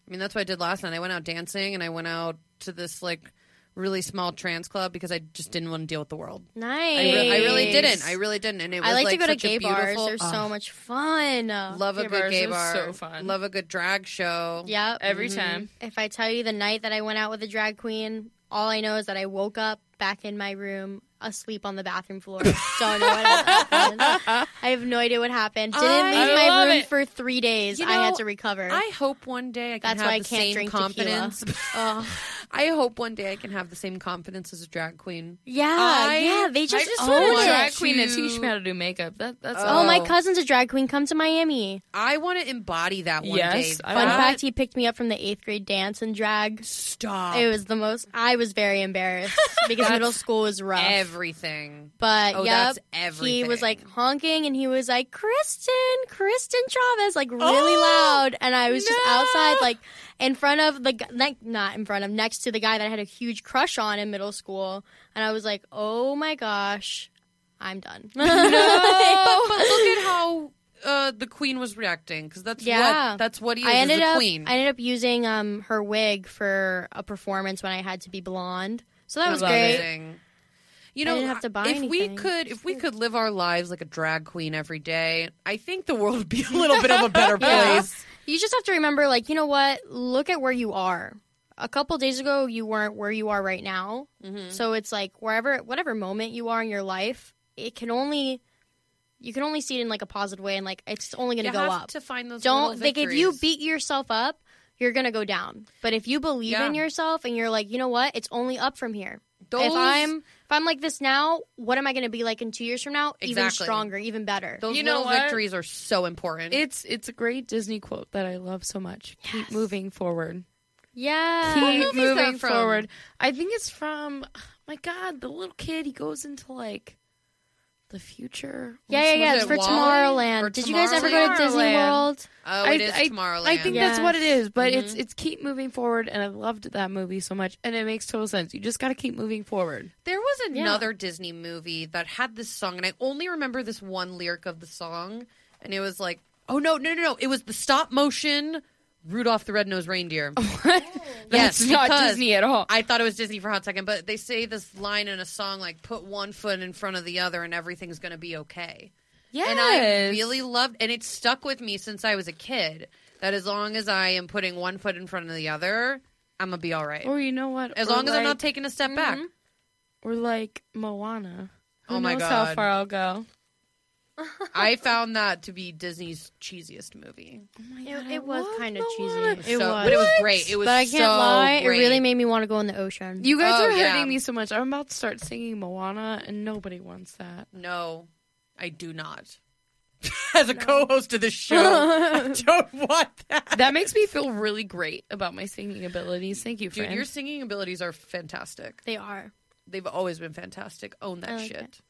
B: I mean, that's what I did last night. I went out dancing and I went out to this like really small trans club because I just didn't want to deal with the world.
C: Nice.
B: I, re- I really didn't. I really didn't. And it was
C: I like, to go to
B: such a
C: gay bars.
B: beautiful-
C: They're so
B: Ugh.
C: much fun.
B: Love a
A: Gay
B: good
A: bars
B: gay
A: are
B: bar.
A: so fun.
B: Love a good drag show.
C: Yep.
A: Every time.
C: If I tell you the night that I went out with a drag queen, all I know is that I woke up back in my room asleep on the bathroom floor. Don't know what happened. I have no idea what happened. Didn't
B: I
C: leave my
A: love
C: room
A: it.
C: for three days.
B: You
C: I had
B: know,
C: to recover.
B: I hope one day I can
C: That's
B: have
C: why I
B: the
C: can't
B: same
C: drink tequila.
B: confidence.
C: Ugh.
B: I hope one day I can have the same confidence as a drag queen.
C: yeah,
B: I-
C: yeah. They just,
A: I just
C: own
A: want
C: it.
A: a drag queen to
B: to-
A: teach me how to do makeup. That, that's
C: Oh,
A: all.
C: my
B: Oh.
C: cousin's a drag queen. Come to Miami.
B: I want to embody that one
A: Yes,
B: day.
A: I
C: Fun
A: Uh,
B: That-
C: fact: He picked me up from the eighth grade dance and drag.
B: Stop.
C: It was the most. I was very embarrassed because middle school was rough.
B: everything.
C: But
B: Oh,
C: yep,
B: that's everything.
C: he was like honking and he was like, Kristen, Kristen Travis, like really
A: Oh,
C: loud. And I was just
A: no.
C: outside, like in front of the, gu- like, not in front of, next to the guy that I had a huge crush on in middle school. And I was like, oh my gosh, I'm done.
B: but, but look at how uh, the queen was reacting because that's
C: Yeah.
B: what that's what he is.
C: I
B: is
C: ended
B: the
C: up
B: queen.
C: I ended up using um her wig for a performance when I had to be blonde. So that was
A: love
C: great.
B: Amazing. You
C: I
B: know,
C: didn't have to buy
B: if we
C: anything.
B: could, if we could live our lives like a drag queen every day, I think the world would be a little bit of a better
C: Yeah.
B: place.
C: You just have to remember, like, you know what? Look at where you are. A couple days ago, you weren't where you are right now.
B: Mm-hmm.
C: So Mm-hmm. it's like wherever, whatever moment you are in your life, it can only, you can only see it in like a positive way, and like it's only going
B: You
C: to go
B: have
C: up.
B: to find those.
C: Don't
B: little
C: like if you
B: victories.
C: beat yourself up, you're going to go down. But if you believe
B: Yeah.
C: in yourself and you're like, you know what? It's only up from here.
B: Those-
C: if I'm if I'm like this now, what am I going to be like in two years from now? Even
B: Exactly.
C: stronger, even better.
B: Those
A: You know
B: little
A: what?
B: victories are so important.
A: It's it's a great Disney quote that I love so much. Keep moving forward.
C: yeah.
A: Keep
B: movie's that
A: moving
B: from?
A: forward. I think it's from oh my God, the little kid. He goes into like the future.
C: Yeah, yeah, yeah.
B: was
C: It's
B: it
C: for
B: Wall-E
C: Tomorrowland.
B: or
C: Did you guys ever go to
A: Tomorrowland?
C: Disney
A: Tomorrowland.
C: World?
B: oh,
A: I-
B: it is
A: I-
B: Tomorrowland.
A: I think that's what it is, but it's
B: Mhm.
A: it's keep moving forward, and I loved that movie so much, and it makes total sense. You just got to keep moving forward.
B: There was
C: Yeah.
B: another Disney movie that had this song, and I only remember this one lyric of the song, and it was like, "Oh no, no, no, no!" It was the stop motion Rudolph the Red-Nosed Reindeer.
A: That's not
B: because
A: Disney at all.
B: I thought it was Disney for a hot second, but they say this line in a song like, "Put one foot in front of the other, and everything's gonna be okay."
A: Yes.
B: And I really loved, and it stuck with me since I was a kid. That as long as I am putting one foot in front of the other, I'm gonna be all right.
A: Or you know what?
B: as
A: Or
B: long as I'm
A: like-
B: not taking a step back.
A: Or like Moana. Who
B: Oh my
A: knows
B: God.
A: how far I'll go?
B: I found that to be Disney's cheesiest movie.
C: It, it was kind of
A: Moana.
C: cheesy. It
B: So-
C: was.
B: but it was great. It was.
C: but I can't
B: so
C: lie,
B: great.
C: it really made me want to go in the ocean.
A: You guys
B: Oh,
A: are hurting
B: yeah.
A: me so much. I'm about to start singing Moana, and nobody wants that.
B: No, I do not. As a co-host of this show, I don't want that.
A: That makes me feel really great about my singing abilities. Thank you,
B: Dude,
A: friend.
B: your singing abilities are fantastic.
C: they are.
B: They've always been fantastic. Own that
C: I like
B: shit.
C: it.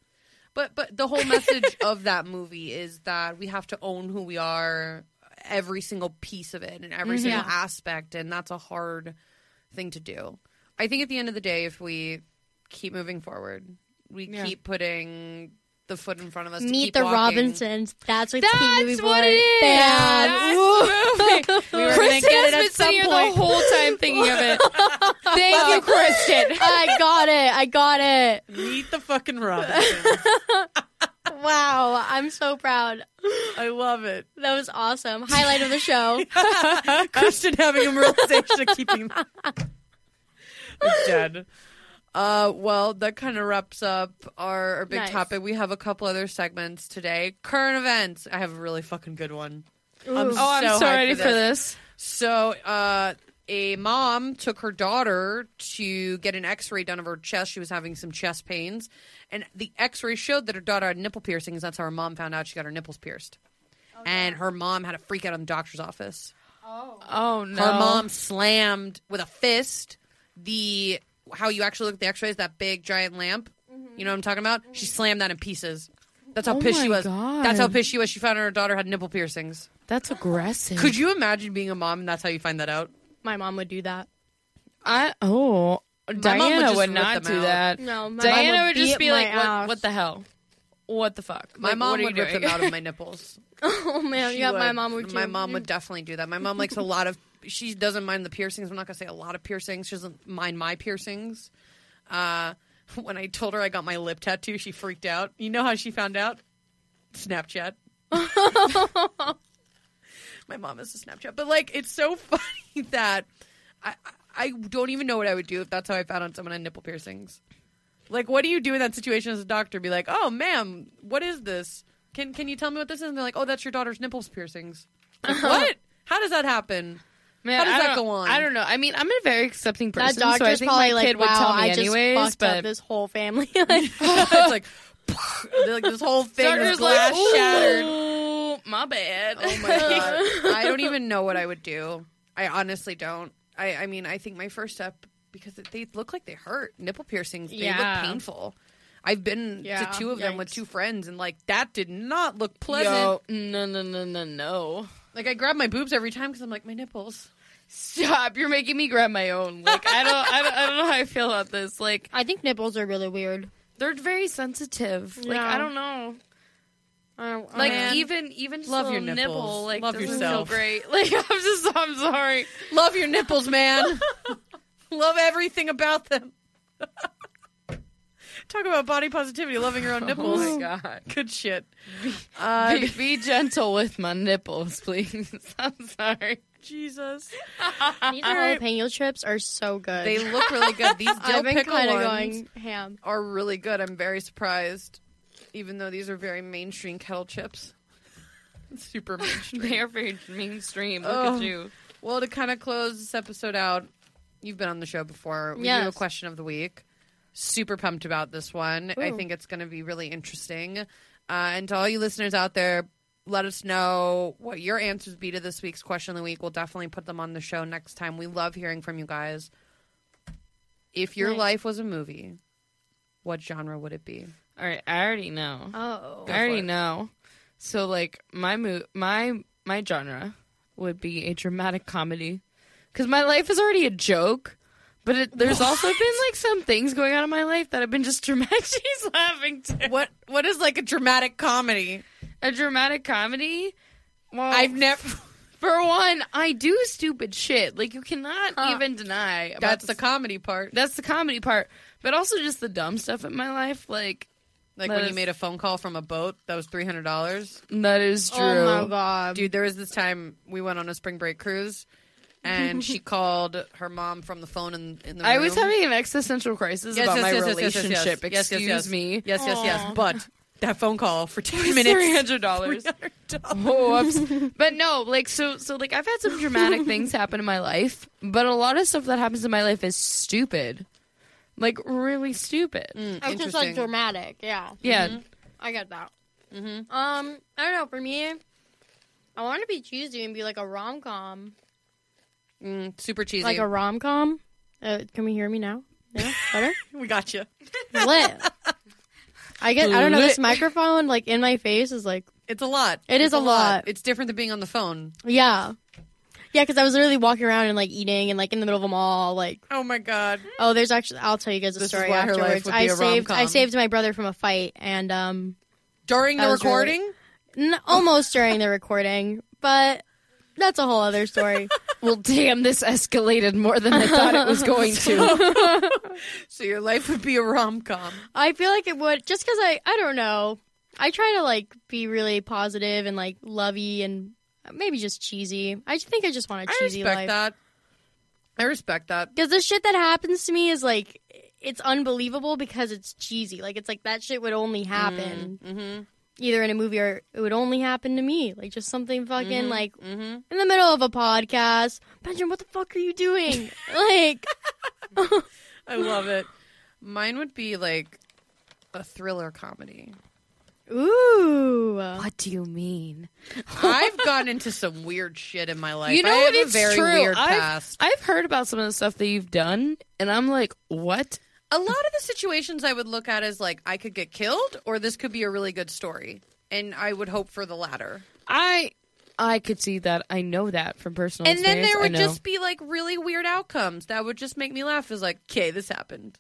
B: But but the whole message of that movie is that we have to own who we are, every single piece of it and every single
C: Mm-hmm. Yeah.
B: aspect, and that's a hard thing to do. I think at the end of the day, if we keep moving forward, we
A: Yeah.
B: keep putting the foot in front of us. to keep
C: Meet the
B: walking.
C: Robinsons. That's what
A: That's
C: Teen Movie
A: what
C: Boy-
A: it is.
C: Bad.
A: That's
C: We were gonna
A: Kristen
C: get
A: has
C: it at
A: been
C: some
A: sitting here
C: point.
A: the whole time thinking of it. Thank you, Kristen.
C: I got it. I got it.
B: Meet the fucking Robinsons.
C: Wow. I'm so proud.
B: I love it.
C: That was awesome. Highlight of the show.
B: Christian having a realization of keeping I'm dead. Uh, well, that kind of wraps up our, our big
C: Nice.
B: topic. We have a couple other segments today. Current events. I have a really fucking good one.
A: Oh,
C: Ooh.
A: I'm
B: So
A: so,
B: hyped
A: ready
B: for
A: for this.
B: So, uh, a mom took her daughter to get an x ray done of her chest. She was having some chest pains. And the x ray showed that her daughter had nipple piercings. That's how her mom found out she got her nipples pierced. And her mom had a freak out in the doctor's office.
C: Oh.
A: Oh no,
B: Her mom slammed with a fist the how you actually look at the x rays, that big giant lamp. You know what I'm talking about? She slammed that in pieces. That's how
A: Oh
B: pissed she
A: my
B: was. That's how
A: God.
B: pissed she was. She found out her daughter had nipple piercings.
A: That's aggressive.
B: Could you imagine being a mom and that's how you find that out?
C: My mom would do that.
A: I oh
B: mom would
A: Diana
B: just
A: would,
B: rip
A: not
B: them
A: do
B: out.
A: that.
C: No, my
A: Diana
C: mom
A: would, just
C: beat
A: be
C: my
A: like, what,
C: ass.
A: "What the hell? What the fuck?"
B: My
A: Like,
B: mom
A: what are
B: would
A: you
B: rip
A: doing?
B: them out of my nipples.
C: Oh man,
B: She
C: yeah, my mom would.
B: My
C: too.
B: mom would definitely do that. My mom likes a lot of. She doesn't mind the piercings. I'm not gonna say a lot of piercings. She doesn't mind my piercings. Uh, when I told her I got my lip tattoo, she freaked out. You know how she found out? Snapchat. my mom is a Snapchat, but like it's so funny that I I- I don't even know what I would do if that's how I found out someone had nipple piercings. Like, what do you do in that situation as a doctor? Be like, oh, ma'am, what is this? Can can you tell me what this is? And they're like, oh, that's your daughter's nipples piercings. Like, what? How does that happen?
A: Man,
B: How does
A: I
B: that
A: don't-
B: go on?
A: I don't know. I mean, I'm a very accepting
C: That
A: person, so I
C: doctor's
A: think
C: probably
A: my
C: like,
A: kid
C: "Wow,
A: would tell me
C: I just
A: anyways."
C: fucked up
A: But
C: this whole family." Like,
B: it's like, like this whole thing is
A: doctor's
B: glass
A: like, "Ooh,
B: shattered.
A: My bad.
B: Oh my god! I don't even know what I would do. I honestly don't. I, I mean, I think my first step because it- they look like they hurt. Nipple piercings, they
A: Yeah.
B: look painful. I've been
C: Yeah,
B: to two of them with
C: yikes.
B: two friends, and like that did not look pleasant.
A: Yo, no, no, no, no, no.
B: Like I grab my boobs every time because I'm like my nipples.
A: Stop! You're making me grab my own. Like I don't, I don't, I don't know how I feel about this. Like
C: I think nipples are really weird.
A: they're very sensitive. Like
C: Yeah.
A: I don't know.
C: I don't- oh, I
A: Like
C: don't know.
A: even even just
B: Oh, Love
A: a
B: your
A: little nibble.
B: nipples.
A: Like
B: Love
A: doesn't
B: yourself.
A: Feel great. Like I'm just, I'm sorry.
B: Love your nipples, man. Love everything about them. Talk about body positivity, loving your own nipples.
A: Oh my god.
B: Good shit. Uh,
A: Be, be gentle with my nipples, please. I'm sorry.
B: Jesus.
C: These jalapeno chips are so good.
B: They look really good. These dill
C: I've been
B: pickle
C: kind
B: ones
C: of going ham.
B: are really good. I'm very surprised, even though these are very mainstream kettle chips. Super mainstream.
A: They are very mainstream. Look
B: Oh.
A: at you.
B: Well, to kind of close this episode out, you've been on the show before. We do a
C: Yes.
B: question of the week. Super pumped about this one. I
C: Ooh.
B: think it's going to be really interesting. Uh, and to all you listeners out there, let us know what your answers be to this week's question of the week. We'll definitely put them on the show next time. We love hearing from you guys. If your
C: Nice.
B: life was a movie, what genre would it be?
A: All right. I already know.
C: Oh,
A: I
B: for
A: already
B: it.
A: know. So like my mo- my my genre would be a dramatic comedy cuz my life is already a joke. But it, there's also been like some things going on in my life that have been just dramatic. She's laughing too.
B: What What is like a dramatic comedy?
A: A dramatic comedy. Well,
B: I've never.
A: for one, I do stupid shit. Like you cannot even deny. About
B: That's the
A: this-
B: comedy part.
A: that's the comedy part, but also just the dumb stuff in my life. Like
B: Like
A: That
B: when you
A: is-
B: made a phone call from a boat that was three hundred dollars.
A: that is true.
C: oh my god.
B: Dude, there was this time we went on a spring break cruise, and she called her mom from the phone in, in the room.
A: I was having an existential crisis
B: Yes,
A: about
B: yes,
A: my
B: yes, yes, yes, yes, yes.
A: relationship.
B: Yes, yes,
A: Excuse
B: yes.
A: me.
B: Yes, yes, yes.
C: Aw.
B: But that phone call for ten
A: Three
B: minutes.
A: hundred dollars.
B: $300.
A: Whoops. But no, like so, so like I've had some dramatic things happen in my life, but a lot of stuff that happens in my life is stupid, like really stupid.
B: Mm,
C: It's just like
B: Interesting.
C: dramatic. Yeah,
A: Yeah,
C: I get that. Mm-hmm. Um, I don't know. For me, I want to be cheesy and be like a rom com.
B: Mm, super cheesy.
C: Like a rom com. Uh, can we hear me now? Yeah, better.
B: we got you.
C: Lit. I get. I don't know. This
A: Lit.
C: microphone, like in my face, is like
B: It's a lot.
C: It
B: it's
C: is
B: a
C: a lot.
B: It's different than being on the phone.
C: yeah, yeah. Because I was literally walking around and like eating and like in the middle of a mall, like
B: Oh my god.
C: Oh, there's actually. I'll tell you guys a
B: This is
C: story
B: why her life
C: afterwards.
B: would be
C: I
B: a
C: saved. I
B: rom-com.
C: saved my brother from a fight, and um,
B: During the
C: That was really-
B: recording,
C: n- almost during the recording, but that's a whole other story.
A: Well, damn, this escalated more than I thought it was going to.
B: so your life would be a rom com.
C: I feel like it would just because I. I don't know. I try to like be really positive and like lovey and maybe just cheesy. I just think I just want a
B: I
C: cheesy
B: respect
C: life
B: that. I respect that.
C: because the shit that happens to me is like it's unbelievable because it's cheesy. Like it's like that shit would only happen
B: Mm-hmm.
C: either in a movie or it would only happen to me. Like just something fucking like
B: Mm-hmm.
C: in the middle of a podcast. Benjamin, what the fuck are you doing? like
B: I love it. Mine would be like a thriller comedy.
C: ooh.
A: What do you mean?
B: I've gone into some weird shit in my life.
A: You know
B: I
A: what?
B: have
A: It's
B: a very
A: true.
B: weird
A: I've-
B: past.
A: I've heard about some of the stuff that you've done, and I'm like, what?
B: A lot of the situations I would look at as like I could get killed or this could be a really good story. And I would hope for the latter.
A: I I could see that. I know that from personal.
B: And then
A: experience.
B: there
A: I
B: would
A: know.
B: just be like really weird outcomes that would just make me laugh. Is like, okay, this happened.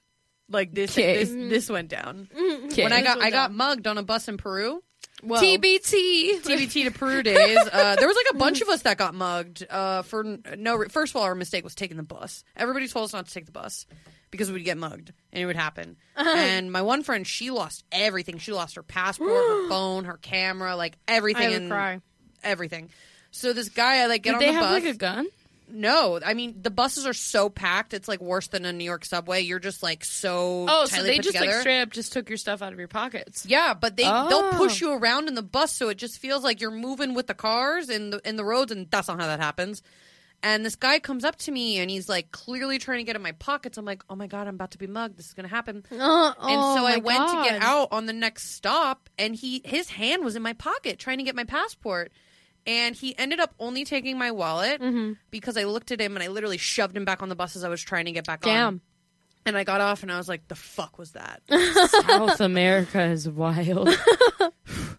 B: Like this,
A: 'Kay.
B: this, this went down.
A: Okay.
B: When I got,
C: went
B: I got
C: down.
B: mugged on a bus in Peru. Well,
A: TBT.
B: TBT to Peru days. Uh, there was like a bunch of us that got mugged uh, for n- no. Re- First of all, our mistake was taking the bus. Everybody told us not to take the bus because we'd get mugged and it would happen.
A: Uh-huh.
B: And my one friend, she lost everything. She lost her passport, her phone, her camera, like everything.
C: I would
B: and
C: cry.
B: Everything. So this guy, I like get
A: Did
B: on
A: they
B: the
A: have
B: bus.
A: like a gun?
B: No, I mean the buses are so packed. It's like worse than a New York subway. You're just like so.
A: Oh, so
B: tightly
A: they
B: put
A: just
B: together.
A: like straight up just took your stuff out of your pockets.
B: Yeah, but they they'll
A: Oh.
B: push you around in the bus, so it just feels like you're moving with the cars and the in the roads, and that's not how that happens. And this guy comes up to me, and he's like clearly trying to get in my pockets. I'm like, oh my god, I'm about to be mugged. This is gonna happen.
C: Uh, oh,
B: and so I
C: my
B: went to
C: God.
B: get out on the next stop, and he his hand was in my pocket trying to get my passport. And he ended up only taking my wallet
C: Mm-hmm.
B: because I looked at him and I literally shoved him back on the bus as I was trying to get back on.
C: Damn.
B: And I got off and I was like, the fuck was that?
A: South America is wild.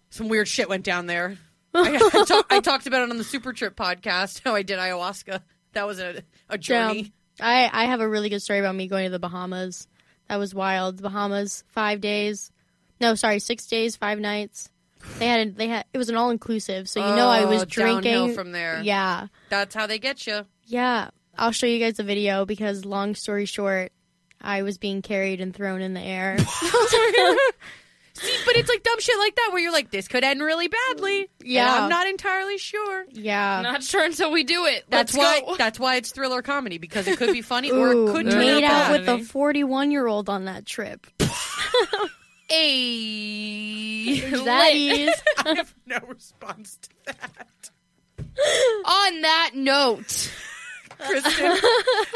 B: some weird shit went down there. I, I, talk, I talked about it on the Super Trip podcast. How I did ayahuasca. That was a, a journey.
C: Damn. Um, I, I have a really good story about me going to the Bahamas. That was wild. The Bahamas, five days. No, sorry, six days, five nights. They had they had it was an all inclusive, so you know I was
B: Oh, downhill
C: drinking
B: from there.
C: Yeah,
B: That's how they get you.
C: yeah. I'll show you guys a video because long story short, I was being carried and thrown in the air.
B: See, but it's like dumb shit like that where you're like, this could end really badly. And
C: Yeah.
B: I'm not entirely sure.
C: yeah,
A: Not sure until we do it.
B: That's
A: Let's
B: why.
A: go.
B: That's why it's thriller comedy because it could be funny or
C: Ooh,
B: it could turn
C: made
B: out
C: out
B: bad.
C: with a forty one year old on that trip.
B: Ayy.
C: That is
B: I have no response to that.
A: On that note,
B: Kristen,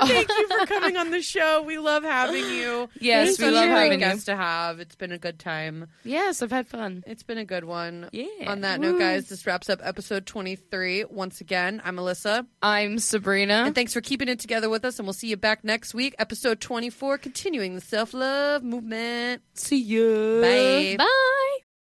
B: thank you for coming on the show. We love having you.
A: Yes,
B: It's
A: we
B: such
A: love
B: a great
A: having you.
B: guest to have. It's been a good time.
A: yes, I've had fun.
B: It's been a good one.
A: Yeah.
B: On that note, guys, this wraps up episode 23. Once again, I'm Alyssa,
A: I'm Sabrina.
B: and thanks for keeping it together with us. And we'll see you back next week, episode 24, continuing the self love movement.
A: See you.
B: Bye.
C: bye.